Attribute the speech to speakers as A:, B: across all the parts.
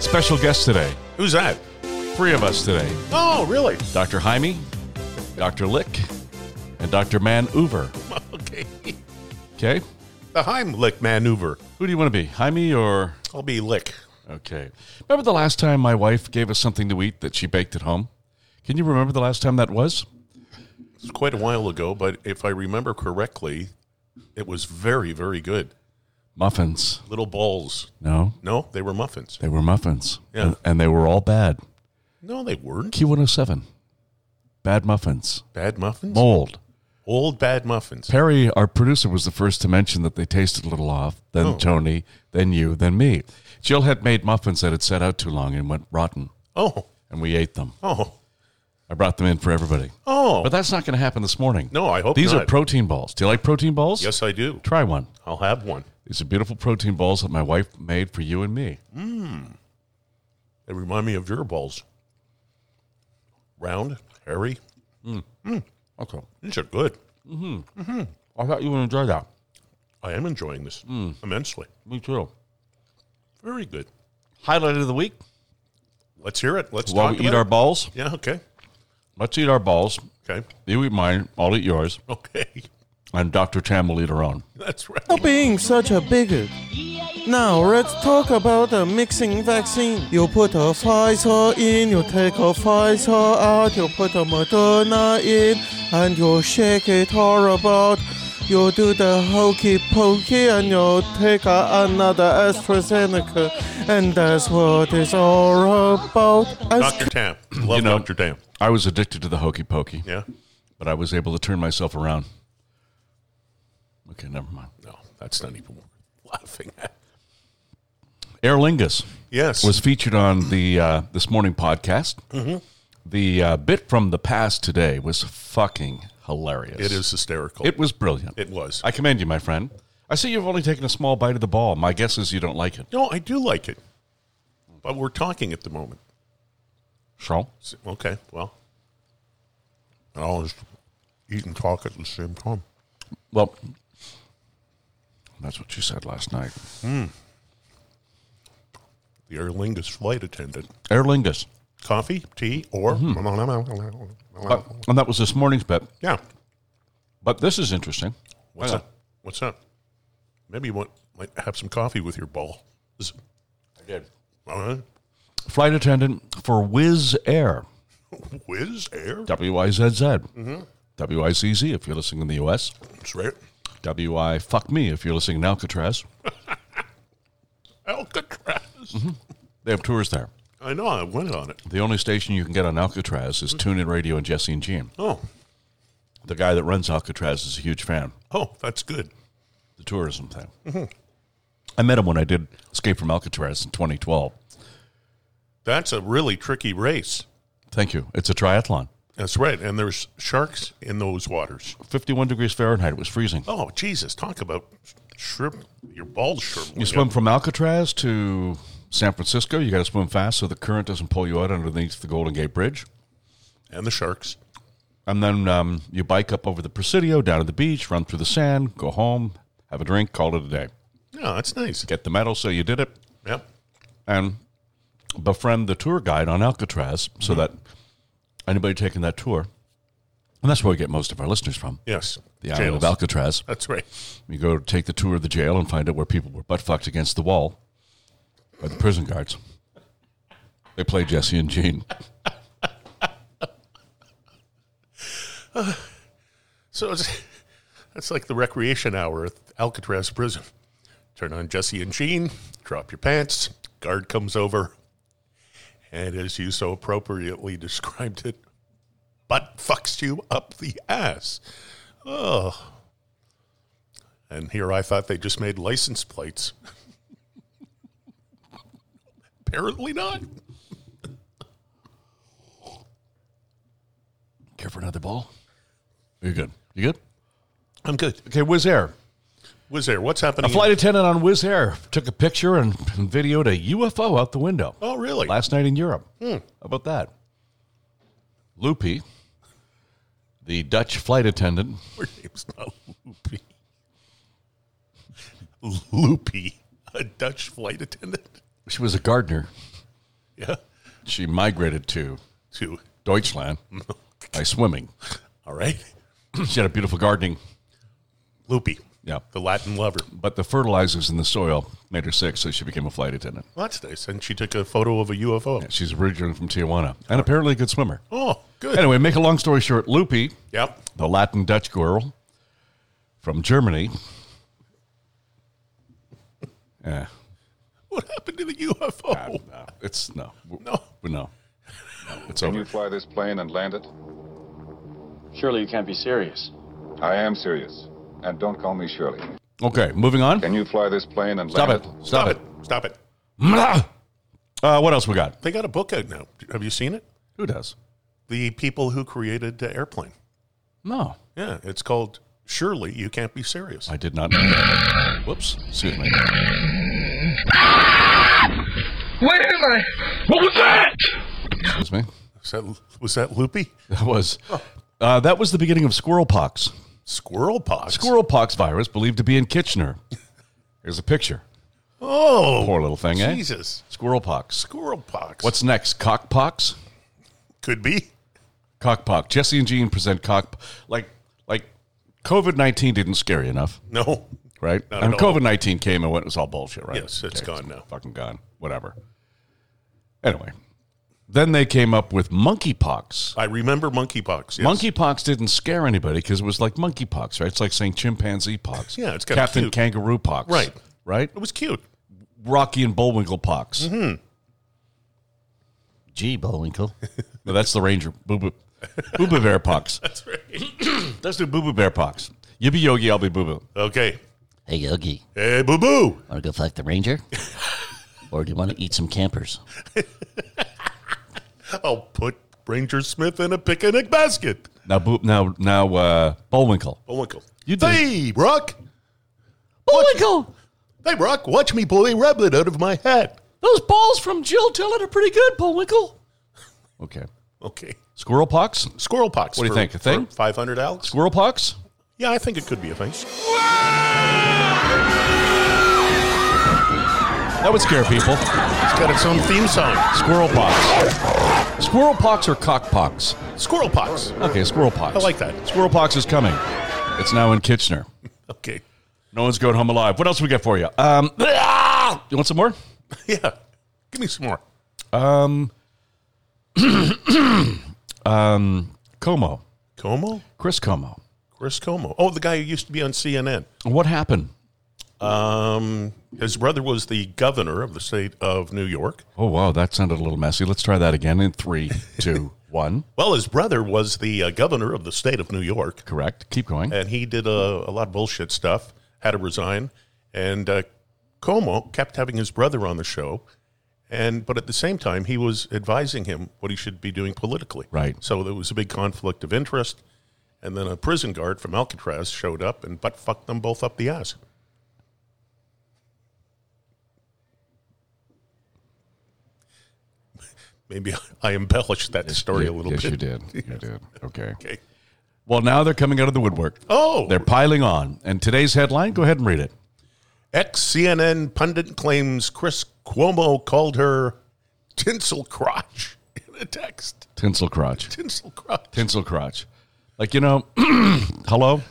A: special guests today.
B: Who's that?
A: Three of us today
B: Oh, really?
A: Dr. Jaime, Dr. Lick, and Dr. Man Uver.
B: Okay.
A: Okay?
B: The Heimlich maneuver.
A: Who do you want to be, Jaime or.
B: I'll be lick.
A: Okay. Remember the last time my wife gave us something to eat that she baked at home? Can you remember the last time that was?
B: It's quite a while ago, but if I remember correctly, it was very, very good.
A: Muffins.
B: Little balls.
A: No,
B: No, they were muffins.
A: they were muffins.
B: Yeah.
A: And, and they were all bad.
B: No, they weren't.
A: Q107. Bad muffins.
B: Bad muffins?
A: Mold.
B: Old bad muffins.
A: Perry, our producer, was the first to mention that they tasted a little off, then Tony, then you, then me. Jill had made muffins that had sat out too long and went rotten,
B: Oh,
A: and we ate them.
B: oh,
A: I brought them in for everybody.
B: oh.
A: But that's not going to happen this morning.
B: No, I hope
A: These
B: not.
A: are protein balls. Do you like protein balls?
B: yes, I do.
A: Try one.
B: I'll have one.
A: These are beautiful protein balls that my wife made for you and me.
B: They remind me of your balls. Round, hairy.
A: Okay.
B: These are good.
A: I thought you would enjoy that.
B: I am enjoying this
A: Hmm.
B: immensely.
A: Me too.
B: Very good.
A: Highlight of the week.
B: Let's hear it. Let's
A: While
B: talk
A: we eat
B: about
A: our
B: it.
A: balls,
B: Yeah, okay.
A: let's eat our balls.
B: Okay.
A: You eat mine, I'll eat yours,
B: Okay.
A: and Dr. Tam will eat her own.
B: That's right.
C: Stop being such a bigot. Now let's talk about the mixing vaccine. You put a Pfizer in, you take a Pfizer out, you put a Moderna in, and you shake it all about. You do the hokey pokey and you take a, another AstraZeneca, and that's what it's all about. And
B: Dr. Tam. Love
A: know-
B: Dr. Tam.
A: I was addicted to the hokey pokey,
B: Yeah.
A: but I was able to turn myself around. Okay, never mind.
B: No, that's not even worth laughing at.
A: Aer Lingus
B: Yes.
A: was featured on the uh, this morning podcast.
B: Mm-hmm.
A: The uh, bit from the past today was fucking hilarious.
B: it is hysterical.
A: It was brilliant.
B: It was.
A: I commend you, my friend. I see you've only taken a small bite of the ball. My guess is you don't like it.
B: no, I do like it. But we're talking at the moment.
A: Sean?
B: S- Okay, well. I always eat and talk at the same time.
A: Well, that's what you said last night.
B: The Aer Lingus flight attendant.
A: Aer Lingus.
B: Coffee, tea, or.
A: But, and that was this morning's bit.
B: Yeah.
A: But this is interesting.
B: What's
A: Hang on.
B: up? What's up? Maybe you want, might have some coffee with your ball. Is-
A: I did.
B: Uh,
A: Flight attendant for Wizz Air.
B: whiz air?
A: W-I-Z-Z. Mm-hmm. W-I-Z-Z if you're listening in the U.S.
B: That's right.
A: W-I fuck me if you're listening in Alcatraz.
B: Alcatraz.
A: They have tours there.
B: I know, I went on it.
A: The only station you can get on Alcatraz is Tune In Radio and Jesse and Gene.
B: Oh,
A: The guy that runs Alcatraz is a huge fan.
B: oh, that's good.
A: the tourism thing. I met him when I did Escape from Alcatraz in 2012.
B: That's a really tricky race.
A: Thank you. It's a triathlon.
B: That's right. And there's sharks in those waters.
A: 51 degrees Fahrenheit. It was freezing.
B: Oh, Jesus. Talk about shrimp. Your balls shrimp.
A: You swim from Alcatraz to San Francisco. You got to swim fast so the current doesn't pull you out underneath the Golden Gate Bridge.
B: And the sharks.
A: And then um, you bike up over the Presidio, down to the beach, run through the sand, go home, have a drink, call it a day.
B: Yeah, that's nice.
A: Get the medal, so you did it.
B: Yep.
A: and befriend the tour guide on Alcatraz so
B: Mm-hmm.
A: that anybody taking that tour, and that's where we get most of our listeners from,
B: Yes.
A: the island of
B: Jails.
A: Alcatraz.
B: That's right.
A: You go take the tour of the jail and find out where people were butt fucked against the wall by the prison guards. They play Jesse and Gene.
B: So it's, that's like the recreation hour at Alcatraz prison. Turn on Jesse and Jean, drop your pants, guard comes over, and as you so appropriately described it, butt fucks you up the ass. Oh. And here I thought they just made license plates. Apparently not.
A: Care for another ball? You're good. You good?
B: I'm good.
A: Okay, Wizz Air.
B: Was there? What's happening?
A: A flight attendant on Wizz Air took a picture and videoed a UFO out the window.
B: oh, really?
A: last night in Europe. How about that? Loopy, the Dutch flight attendant,
B: Her name's not Loopy. Loopy, a Dutch flight attendant.
A: she was a gardener.
B: Yeah.
A: She migrated to
B: Two.
A: Deutschland by swimming.
B: All right.
A: she had a beautiful gardening.
B: Loopy.
A: Yeah.
B: The Latin lover.
A: But the fertilizers in the soil made her sick, so she became a flight attendant.
B: Well, that's nice. And she took a photo of a UFO.
A: She's originally from Tijuana and apparently a good swimmer.
B: Oh, good.
A: Anyway, make a long story short, Loopy,
B: Yep.
A: the Latin Dutch girl from Germany. Yeah.
B: What happened to the UFO?
A: No, uh, it's no. W-
B: No.
A: No. No, It's
D: Can you
A: over.
D: fly this plane and land it?
E: Surely you can't be serious.
D: I am serious. And don't call me Shirley.
A: Okay, moving on.
D: Can you fly this plane and
A: Stop
D: land
A: it. Stop it.
B: Stop it.
A: Mlah! Uh, what else we got?
B: They got a book out now. Have you seen it?
A: Who does?
B: The people who created the airplane.
A: No.
B: Yeah. It's called Surely You Can't Be Serious.
A: I did not know that. Whoops. Excuse me.
F: Where am I? What was that?
A: Excuse me.
B: Was that, was that Loopy?
A: That was uh, that was the beginning of squirrel pox.
B: Squirrel pox.
A: Squirrel pox virus believed to be in Kitchener. Here's a picture.
B: Oh.
A: Poor little thing, eh?
B: Jesus.
A: Squirrel pox.
B: Squirrel pox.
A: What's next? Cock pox?
B: could be?
A: Cock pox. Jesse and Jean present cock like like COVID nineteen didn't scare you enough,
B: No.
A: right?
B: Not
A: and
B: at all.
A: COVID nineteen came and went. It was all bullshit, right?
B: Yes, it's gone now.
A: Fucking gone. Whatever. Anyway, then they came up with monkeypox.
B: I remember monkeypox. Yes.
A: Monkeypox didn't scare anybody because it was like monkeypox, right? It's like saying chimpanzee pox.
B: Yeah, it's kinda
A: Captain
B: cute.
A: Kangaroo pox.
B: Right.
A: Right?
B: It was cute.
A: Rocky and Bullwinkle pox. Mm-hmm. Gee, Bullwinkle. no, that's the Ranger. Boo Boo. Boo Boo Bear pox.
B: That's right.
A: Let's do Boo Boo Bear pox. You be Yogi, I'll be Boo Boo.
B: Okay.
E: Hey, Yogi,
B: Hey, boo boo.
E: want to go fight the ranger? or do you want to eat some campers?
B: I'll put Ranger Smith in a picnic basket.
A: Now, Boo, now, now, uh, Bullwinkle.
B: Bullwinkle.
A: You did.
B: Hey, Brock. Bullwinkle. Hey, Brock, watch me pull a rabbit out of my hat.
A: Those balls from Jill Tillett are pretty good, Bullwinkle. Okay.
B: Okay.
A: Squirrel pox?
B: Squirrel pox.
A: What do you think, a thing?
B: 500 Alex?
A: Squirrel pox?
B: Yeah, I think it could be a thing.
A: That would scare people.
B: It's got its own theme song.
A: Squirrel pox. Squirrel pox or cock pox?
B: Squirrel pox.
A: Okay, squirrel pox.
B: I like that.
A: Squirrel pox is coming. It's now in Kitchener.
B: Okay.
A: No one's going home alive. What else we got for you? Um, ah! you want some more?
B: Yeah. Give me some more.
A: Como,
B: Como?
A: Chris Como.
B: Chris Como. Oh, the guy who used to be on CNN.
A: What happened?
B: Um, his brother was the governor of the state of New York.
A: Oh wow, that sounded a little messy. Let's try that again in three, two, one.
B: Well, his brother was the uh, governor of the state of New York,
A: Correct. Keep going.
B: and he did a, a lot of bullshit stuff, had to resign. And uh, Como kept having his brother on the show. And but at the same time, he was advising him what he should be doing politically.
A: Right.
B: So there was a big conflict of interest. And then a prison guard from Alcatraz showed up and butt fucked them both up the ass. Maybe I embellished that story a little
A: yes,
B: bit.
A: you did. You did. Okay.
B: Okay.
A: Well, now they're coming out of the woodwork.
B: Oh,
A: They're piling on. And today's headline. Go ahead and read it.
B: ex CNN pundit claims Chris Cuomo called her tinsel crotch in a text.
A: Tinsel crotch.
B: Tinsel crotch.
A: Tinsel crotch. Like, you know, hello?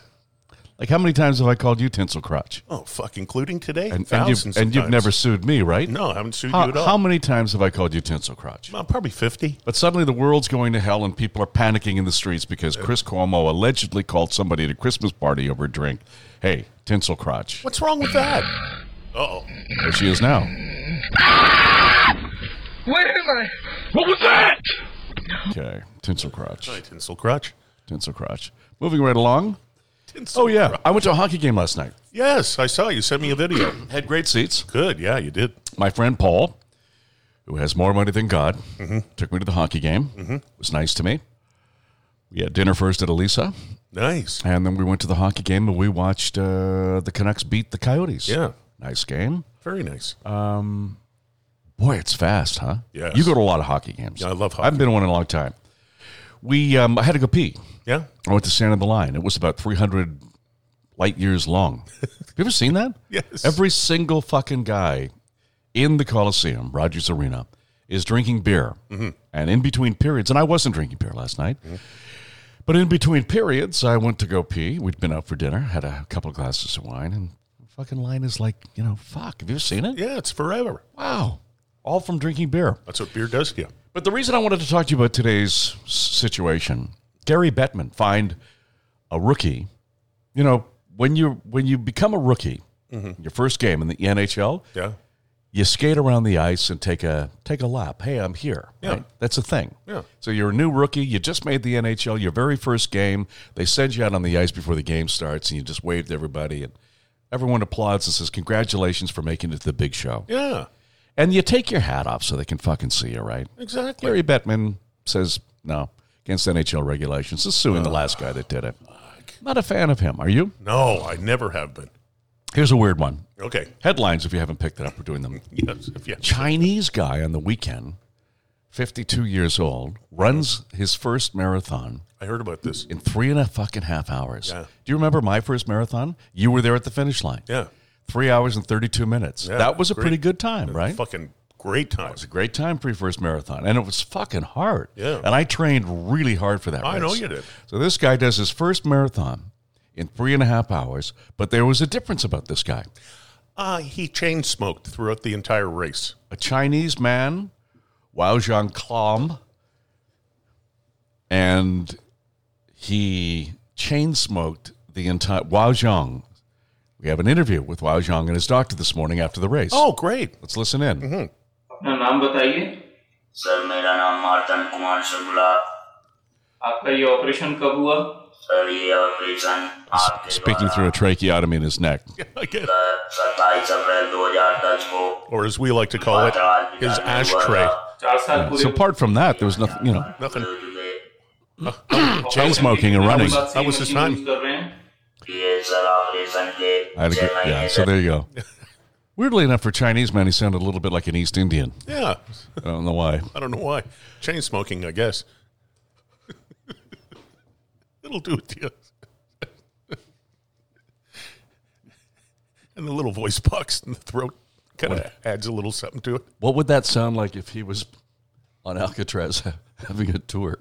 A: Like, how many times have I called you tinsel crotch?
B: Oh, fuck, including today?
A: And, and, you've,
B: Thousands of
A: and you've
B: times.
A: never sued me, right?
B: No, I haven't sued you
A: How,
B: at all.
A: how many times have I called you tinsel crotch?
B: Well, probably 50.
A: But suddenly the world's going to hell and people are panicking in the streets because Chris Cuomo allegedly called somebody at a Christmas party over a drink. Hey, tinsel crotch.
B: What's wrong with that? Oh,
A: There she is now.
F: Where am I? What was that?
A: Okay, tinsel crotch.
B: tinsel crotch.
A: Tinsel crotch. Moving right along.
B: Tinsel
A: Oh, yeah.
B: crotch.
A: I went to a hockey game last night.
B: Yes, I saw you sent me a video.
A: Had great seats.
B: Good, yeah, you did.
A: my friend Paul, who has more money than God,
B: Mm-hmm.
A: took me to the hockey game. Was nice to me. We had dinner first at Elisa,
B: Nice.
A: and then we went to the hockey game and we watched uh, the Canucks beat the Coyotes.
B: Yeah,
A: nice game.
B: very nice.
A: Boy, it's fast, huh?
B: Yes.
A: You go to a lot of hockey games.
B: Yeah, I love
A: I haven't
B: hockey.
A: been to one in a long time. We, um, I had to go pee.
B: yeah,
A: I went to stand on the line. It was about 300 light years long. Have you ever seen that?
B: Yes.
A: Every single fucking guy in the Coliseum, Rogers Arena, is drinking beer.
B: Mm-hmm.
A: And in between periods, and I wasn't drinking beer last night, but in between periods, I went to go pee. We'd been out for dinner, had a couple of glasses of wine, and fucking line is like, you know, fuck, have you ever seen it?
B: Yeah, it's forever.
A: Wow. All from drinking beer.
B: That's what beer does to you.
A: But the reason I wanted to talk to you about today's s- situation, Gary Bettman fined a rookie. You know, when you when you become a rookie,
B: Mm-hmm.
A: your first game in the NHL,
B: Yeah.
A: you skate around the ice and take a take a lap. Hey, I'm here.
B: Yeah.
A: That's a thing.
B: Yeah.
A: So you're a new rookie. You just made the NHL. Your very first game. They send you out on the ice before the game starts, and you just wave to everybody, and everyone applauds and says, "Congratulations for making it to the big show."
B: Yeah.
A: And you take your hat off so they can fucking see you, right?
B: Exactly.
A: Gary Bettman says no against NHL regulations. Is suing the last guy that did it. Not a fan of him. Are you?
B: No, I never have been.
A: Here's a weird one.
B: Okay.
A: Headlines. If you haven't picked it up, we're doing them.
B: Yes. If you,
A: Chinese guy on the weekend, 52 years old, runs his first marathon
B: I heard about this.
A: in three and a fucking half hours.
B: Yeah.
A: Do you remember my first marathon? You were there at the finish line.
B: Yeah.
A: Three hours and 32 minutes.
B: Yeah,
A: that was a
B: great.
A: pretty good time, right?
B: Fucking great time.
A: It's a great time for your first marathon, and it was fucking hard.
B: Yeah.
A: and I trained really hard for that.
B: I know
A: race.
B: you did.
A: So this guy does his first marathon in three and a half hours, but there was a difference about this guy.
B: Ah, he chain smoked throughout the entire race.
A: A Chinese man, Wao Zhang Klom, and he chain smoked the entire Wao Zhang. We have an interview with Wao Zhang and his doctor this morning after the race.
B: Oh, great.
A: let's listen in.
G: अपना नाम बताइए
H: sir मेरा नाम मार्तन कुमार शुक्ला
G: आपका ये operation कब हुआ
H: sir ये ऑपरेशन आपके
A: Speaking through a tracheotomy in his neck.
B: Again.
H: सत्ताईस अप्रैल 2010 को
B: Or as we like to call it, his ashtray.
G: चार साल पूरे
A: So apart from that, there was nothing, you know,
B: Nothing.
H: हो चुके
A: chain smoking and running.
B: That was his time.
G: Use कर रहे हैं
H: ये सर ऑपरेशन के
A: I had a good,
H: छह
A: yeah,
H: महीने
A: so
H: तक
A: there you go. Weirdly enough, for Chinese man, he sounded a little bit like an East Indian.
B: Yeah.
A: I don't know why.
B: I don't know why. Chain smoking, I guess. It'll do it to you. and the little voice box in the throat kind of adds a little something to it.
A: What would that sound like if he was on Alcatraz having a tour?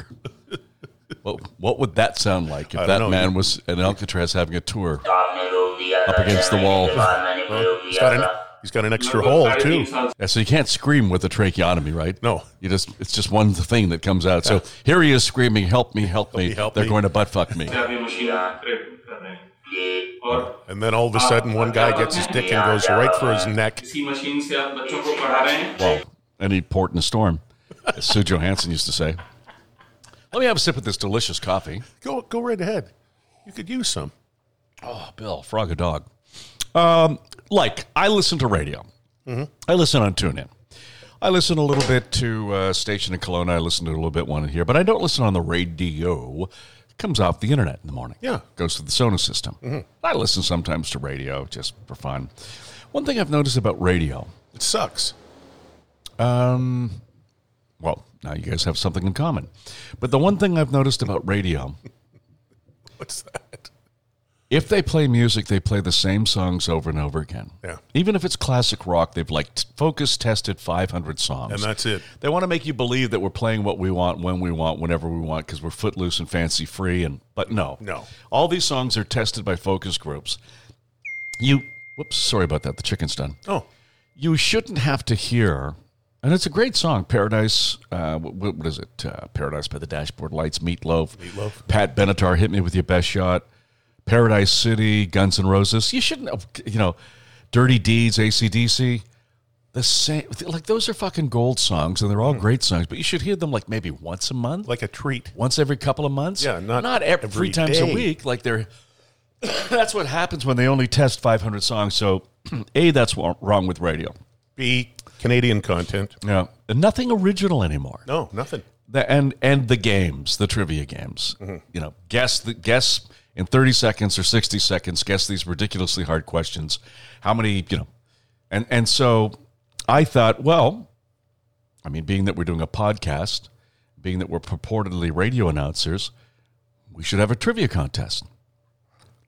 A: What, what would that sound like if
B: I don't
A: that
B: know.
A: man was at Alcatraz having a tour?
H: आपने रोक दिया
A: Up
H: था,
A: against
H: छह
A: the
H: महीने
A: wall.
H: के बाद मैंने प्रयोग
B: He's
H: किया
B: got an,
H: था
B: he's got an extra hole,
G: साढ़े
B: too.
G: तीन साल
A: Yeah, so you can't scream with a tracheotomy, right?
B: No.
A: you just—it's just one thing that comes out. So here he is screaming, "Help me! Help me!
B: me, help
A: They're
B: me."
A: going to butt fuck me."
G: से आप ये machine operate कर रहे हैं
H: ये
G: और
B: And then all of a sudden, one guy gets his dick and goes right for his neck.
G: इसी machine से आप बच्चों को पढ़ा रहे हैं
A: Well, any port in a storm, as Sue Johansson used to say. Let me have a sip of this delicious coffee.
B: Go, go right ahead. You could use some.
A: Bill, frog a dog. Um, like I listen to radio. Mm-hmm. I listen on TuneIn. I listen a little bit to uh, station in Kelowna. I listen to a little bit one in here, but I don't listen on the radio. It comes off the internet in the morning.
B: Yeah.
A: goes to the Sonos system. I listen sometimes to radio just for fun. One thing I've noticed about radio.
B: It sucks.
A: Well, now you guys have something in common, but the one thing I've noticed about radio.
B: What's that?
A: If they play music, they play the same songs over and over again.
B: Yeah.
A: Even if it's classic rock, they've like t- focus tested 500 songs.
B: And that's it.
A: They want to make you believe that we're playing what we want, when we want, whenever we want, because we're footloose and fancy free. And but no,
B: No.
A: All these songs are tested by focus groups. You, whoops, sorry about that. The chicken's done.
B: Oh,
A: You shouldn't have to hear. And it's a great song, Paradise. Uh, what, what is it? Uh, Paradise by the Dashboard Lights, Meatloaf,
B: Meatloaf.
A: Pat Benatar, Hit Me with Your Best Shot, Paradise City, Guns N' Roses. You shouldn't, have- you know, Dirty Deeds, ACDC. The same, like those are fucking gold songs, and they're all great songs. But you should hear them like maybe once a month,
B: Mm. like a treat.
A: once every couple of months.
B: Yeah, not
A: ev-
B: every
A: three times
B: day.
A: a week. Like they're. that's what happens when they only test 500 songs. So, a that's wa- wrong with radio.
B: B, Canadian content.
A: Yeah, and nothing original anymore.
B: No, nothing.
A: The, and and the games, the trivia games. You know, guess the guess in 30 seconds or 60 seconds. Guess these ridiculously hard questions. How many? You know, and and so I thought, well, I mean, being that we're doing a podcast, being that we're purportedly radio announcers, we should have a trivia contest.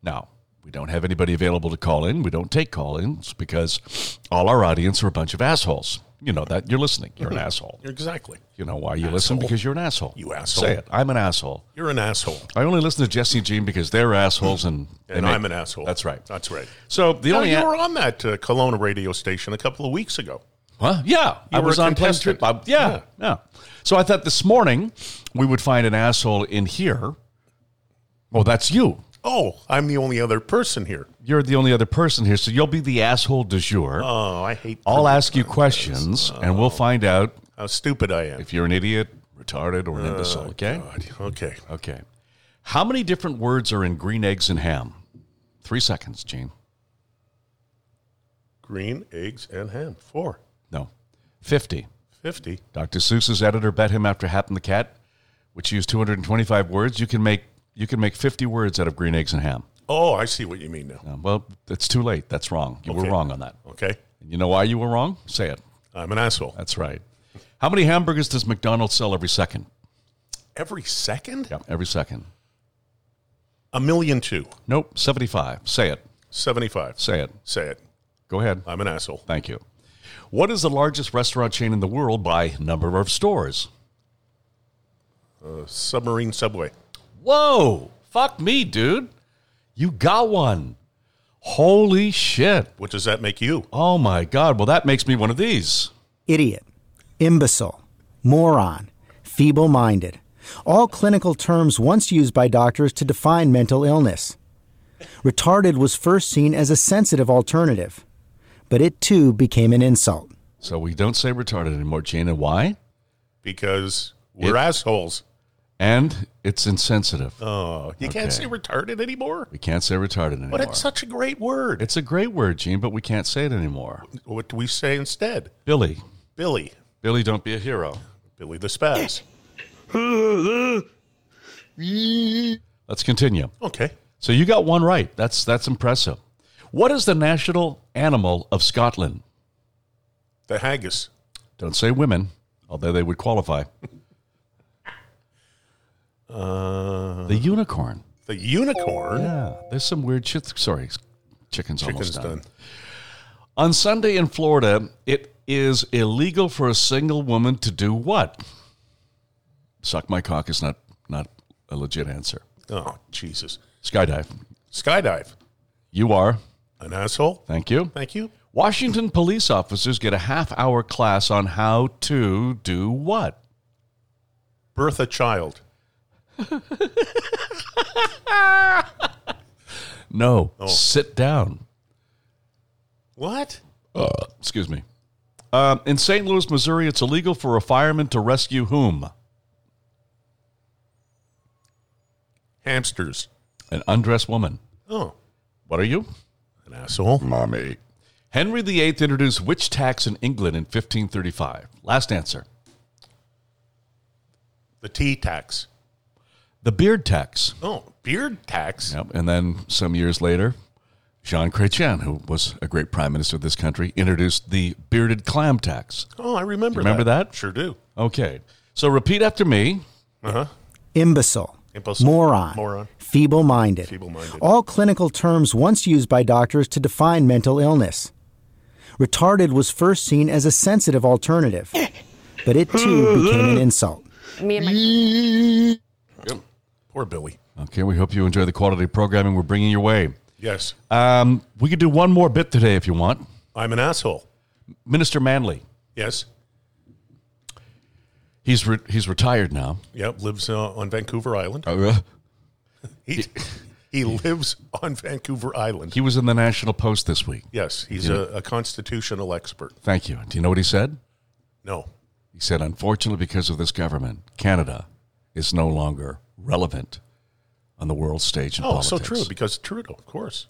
A: Now, we don't have anybody available to call in. We don't take call ins because all our audience are a bunch of assholes. you know that you're listening. You're an asshole.
B: Exactly.
A: You know why you listen because you're an asshole.
B: You asshole.
A: Say it. I'm an asshole.
B: You're an asshole.
A: I only listen to Jesse and Gene because they're assholes and
B: And
A: they-
B: I'm an asshole.
A: That's right.
B: That's right.
A: So the
B: No,
A: only
B: you were on that uh, Kelowna radio station a couple of weeks ago.
A: Huh? Yeah, I
B: were
A: was
B: a
A: on Plains
B: contestant.
A: Trip. I- yeah,
B: Yeah.
A: yeah, So I thought this morning we would find an asshole in here. Well, that's you.
B: Oh, I'm the only other person here.
A: You're the only other person here, so you'll be the asshole du jour.
B: Oh, I hate
A: I'll ask you questions, and
B: Oh.
A: we'll find out
B: how stupid I am.
A: if you're an idiot, retarded, or an imbecile. Okay.
B: Oh, God, Uh, okay.
A: Okay. How many different words are in green eggs and ham? Three seconds, Gene.
B: Green eggs and ham. Four.
A: No, fifty.
B: 50.
A: Dr. Seuss's editor bet him after Hat and the Cat, which used 225 words, you can make you can make 50 words out of green eggs and ham.
B: Oh, I see what you mean now.
A: Um, well, it's too late. That's wrong. You
B: Okay.
A: were wrong on that.
B: Okay.
A: And you know why you were wrong? Say it.
B: I'm an asshole.
A: That's right. How many hamburgers does McDonald's sell every second?
B: Every second?
A: Yeah, every second.
B: A million two.
A: Nope, 75. Say it.
B: 75.
A: Say it.
B: Say it.
A: Go ahead.
B: I'm an asshole.
A: Thank you. What is the largest restaurant chain in the world by number of stores?
B: A submarine subway.
A: Whoa! Fuck me, dude. You got one. Holy shit.
B: What does that make you?
A: Oh my God. Well, that makes me one of these.
I: idiot, imbecile, moron, feeble minded. All clinical terms once used by doctors to define mental illness. Retarded was first seen as a sensitive alternative, but it too became an insult.
A: So we don't say retarded anymore, Gene, and why?
B: Because we're
A: It-
B: assholes.
A: And it's insensitive.
B: Oh, you can't say retarded anymore?
A: we can't say retarded anymore.
B: But it's such a great word.
A: It's a great word, Gene, but we can't say it anymore.
B: what do we say instead?
A: Billy.
B: Billy.
A: Billy, don't be a hero.
B: Billy the Spaz.
A: Let's continue.
B: Okay.
A: So you got one right. That's that's impressive. What is the national animal of Scotland?
B: The haggis.
A: Don't say women, although they would qualify.
B: Uh,
A: The unicorn.
B: the unicorn.
A: Yeah, there's some weird shit. Sorry, chicken's,
B: Chicken's
A: almost done.
B: done.
A: On Sunday in Florida, it is illegal for a single woman to do what? Suck my cock is not not a legit answer.
B: Oh, Jesus.
A: Skydive.
B: Skydive.
A: You are.
B: An asshole.
A: Thank you.
B: Thank you.
A: Washington police officers get a half hour class on how to do what?
B: Birth a child.
A: No. Sit down. Uh,
B: What?
A: Excuse me. Um, in St. Louis, Missouri, it's illegal for a fireman to rescue whom?
B: Hamsters.
A: An undressed woman.
B: Oh,
A: What are you?
B: an asshole.
A: Mommy. Henry VIII introduced which tax in England in 1535? Last answer.
B: The tea tax.
A: The beard tax.
B: Oh, beard tax.
A: Yep. And then some years later, Jean Chrétien, who was a great prime minister of this country, introduced the bearded clam tax.
B: Oh, I remember.
A: Remember that?
B: Sure do.
A: Okay. So repeat after me.
I: Imbecile,
B: Imbecile,
I: moron,
B: moron.
I: feeble minded.
B: Feeble-minded.
I: All clinical terms once used by doctors to define mental illness. Retarded was first seen as a sensitive alternative, but it too became an insult.
B: Poor Billy.
A: Okay. We hope you enjoy the quality programming we're bringing your way.
B: Yes.
A: Um, we could do one more bit today if you want.
B: I'm an asshole.
A: Minister Manley.
B: Yes.
A: He's, re- he's retired now.
B: Yep. Lives uh, on Vancouver Island. He, he lives on Vancouver Island.
A: He was in the National Post this week.
B: Yes. He's a, a constitutional expert.
A: Thank you. Do you know what he said?
B: No.
A: He said, unfortunately, because of this government, Canada is no longer relevant on the world stage in
B: Oh,
A: politics.
B: so true because Trudeau, of course.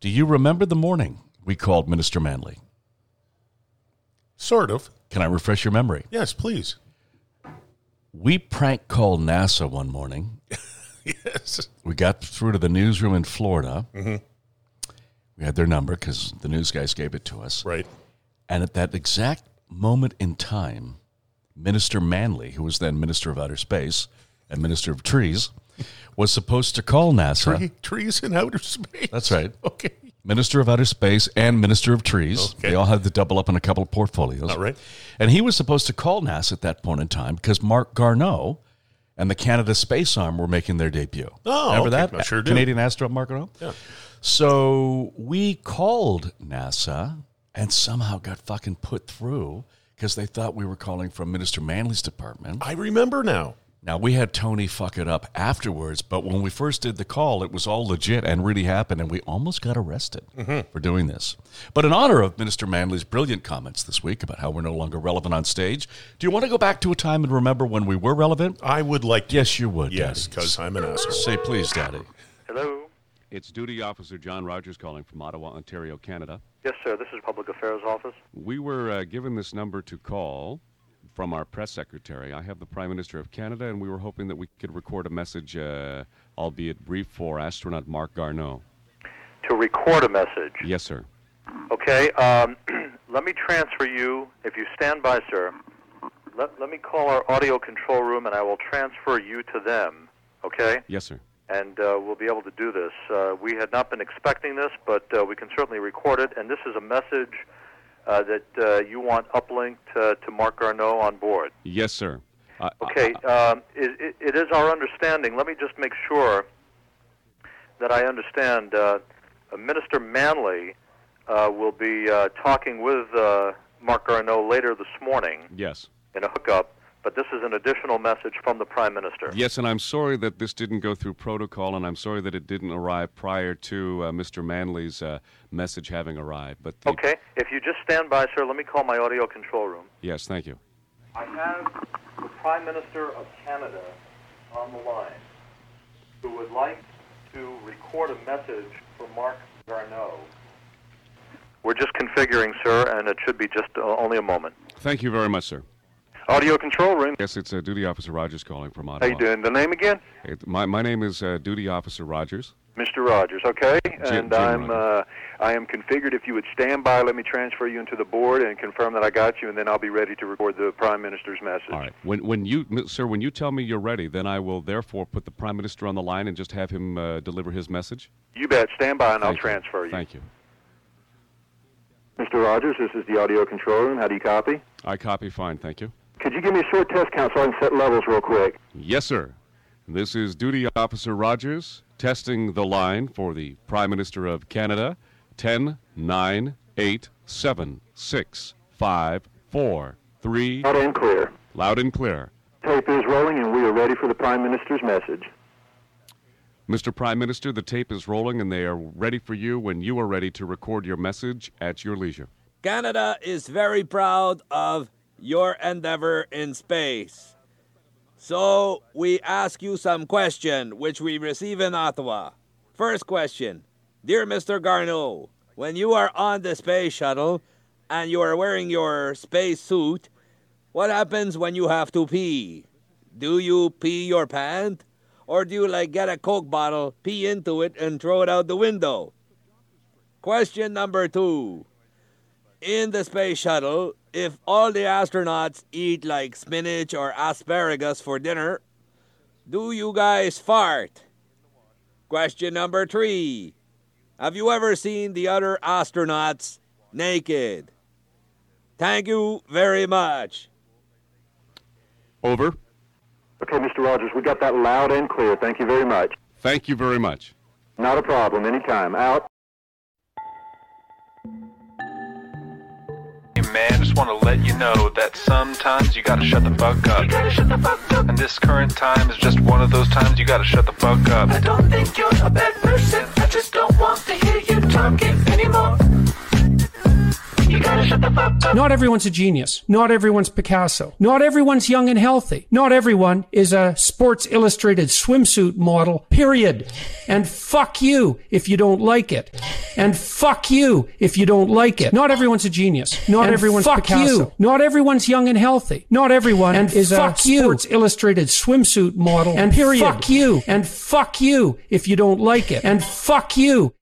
A: Do you remember the morning we called Minister Manley?
B: Sort of.
A: Can I refresh your memory?
B: Yes, please.
A: We prank called NASA one morning.
B: Yes.
A: We got through to the newsroom in Florida.
B: Mm-hmm.
A: We had their number because the news guys gave it to us.
B: Right.
A: And at that exact moment in time, Minister Manley, who was then Minister of Outer Space and Minister of Trees, was supposed to call NASA.
B: Tree, trees in outer space.
A: That's right.
B: Okay.
A: Minister of Outer Space and Minister of Trees.
B: Okay.
A: They all had to double up in a couple of portfolios.
B: All right.
A: And he was supposed to call NASA at that point in time because Mark Garneau and the Canada Space Arm were making their debut.
B: Oh,
A: remember
B: okay.
A: that?
B: I sure do.
A: Canadian astronaut Mark Garneau? Yeah. So we called NASA and somehow got fucking put through because they thought we were calling from Minister Manley's department.
B: I remember now.
A: Now we had Tony fuck it up afterwards, but when we first did the call, it was all legit and really happened, and we almost got arrested for doing this. But in honor of Minister Manley's brilliant comments this week about how we're no longer relevant on stage, do you want to go back to a time and remember when we were relevant?
B: I would like to.
A: Yes, you would.
B: Yes,
A: Daddy.
B: because I'm an asshole.
A: say please, Daddy.
J: Hello.
K: It's Duty Officer John Rogers calling from Ottawa, Ontario, Canada.
J: Yes, sir. This is Public Affairs Office.
K: We were uh, given this number to call from our press secretary. I have the Prime Minister of Canada, and we were hoping that we could record a message, uh, albeit brief, for astronaut Mark Garneau.
J: To record a message.
K: Yes, sir.
J: Okay. Um, let me transfer you. If you stand by, sir, let, let me call our audio control room and I will transfer you to them. Okay?
K: Yes, sir.
J: And uh, we'll be able to do this. Uh, we had not been expecting this, but uh, we can certainly record it. And this is a message uh, that uh, you want uplinked uh, to Mark Garneau on board.
K: Yes, sir. Uh, I- I-
J: Okay, um, it, it, it is our understanding. Let me just make sure that I understand. Uh, Minister Manley uh, will be uh, talking with uh, Mark Garneau later this morning
K: yes.
J: in a hookup, but this is an additional message from the Prime Minister.
K: Yes, and I'm sorry that this didn't go through protocol, and I'm sorry that it didn't arrive prior to uh, Mr. Manley's uh, message having arrived. But the-
J: Okay, if you just stand by, sir, let me call my audio control room.
K: Yes, thank you.
J: I have the Prime Minister of Canada on the line who would like to record a message for Mark Garneau. We're just configuring, sir, and it should be just uh, only a moment.
K: Thank you very much, sir.
J: Audio control room.
K: Yes, it's uh, Duty Officer Rogers calling from
J: How
K: Ottawa.
J: you doing? The name again?
K: It, my, my name is uh, Duty Officer Rogers.
J: Mr. Rogers, okay? And
K: Jim
J: I'm uh,
K: Rogers.
J: I am configured. If you would stand by, let me transfer you into the board and confirm that I got you, and then I'll be ready to record the Prime Minister's message.
K: All right. When, when you, m- sir, when you tell me you're ready, then I will therefore put the Prime Minister on the line and just have him uh, deliver his message.
J: You bet. Stand by, and I'll
K: Thank you.
J: transfer you.
K: Thank you.
J: Mr. Rogers, this is the audio control room. How do you copy?
K: I copy fine. Thank you.
J: Could you give me a short test count so I can set levels real quick?
K: Yes, sir. This is Duty Officer Rogers testing the line for the Prime Minister of Canada. Ten, nine, eight, seven, six, five, four, three.
J: Loud and clear.
K: Loud and clear.
J: Tape is rolling and we are ready for the Prime Minister's message.
K: Mr. Prime Minister, the tape is rolling and they are ready for you when you are ready to record your message at your leisure.
L: Canada is very proud of your endeavor in space. So we ask you some question, which we receive in Ottawa. First question, dear Mr. Garneau, when you are on the space shuttle and you are wearing your space suit, what happens when you have to pee? Do you pee your pant, or do you like get a coke bottle, pee into it, and throw it out the window? Question number two in the space shuttle, if all the astronauts eat like spinach or asparagus for dinner, do you guys fart? Question number three Have you ever seen the other astronauts naked? Thank you very much.
K: Over.
J: Okay, Mr. Rogers, we got that loud and clear. Thank you very much.
K: Thank you very much.
J: Not a problem. Anytime. Out.
M: Hey man, just want to let you know that sometimes you gotta shut the fuck up. You gotta shut the fuck up. And this current time is just one of those times you gotta shut the fuck up. I don't think you're a bad person. I just don't want to hear you talking anymore. You gotta shut the fuck up.
N: Not everyone's a genius. Not everyone's Picasso. Not everyone's young and healthy. Not everyone is a Sports Illustrated swimsuit model, period. And fuck you if you don't like it. And fuck you if you don't like it. Not everyone's a genius. Not
O: And
N: everyone's
O: fuck
N: Picasso.
O: you.
N: Not everyone's young and healthy. Not everyone
O: And
N: is
O: fuck
N: a
O: you.
N: Sports Illustrated swimsuit model,
O: And
N: period.
O: fuck
N: you. And fuck you if you don't like it. And fuck you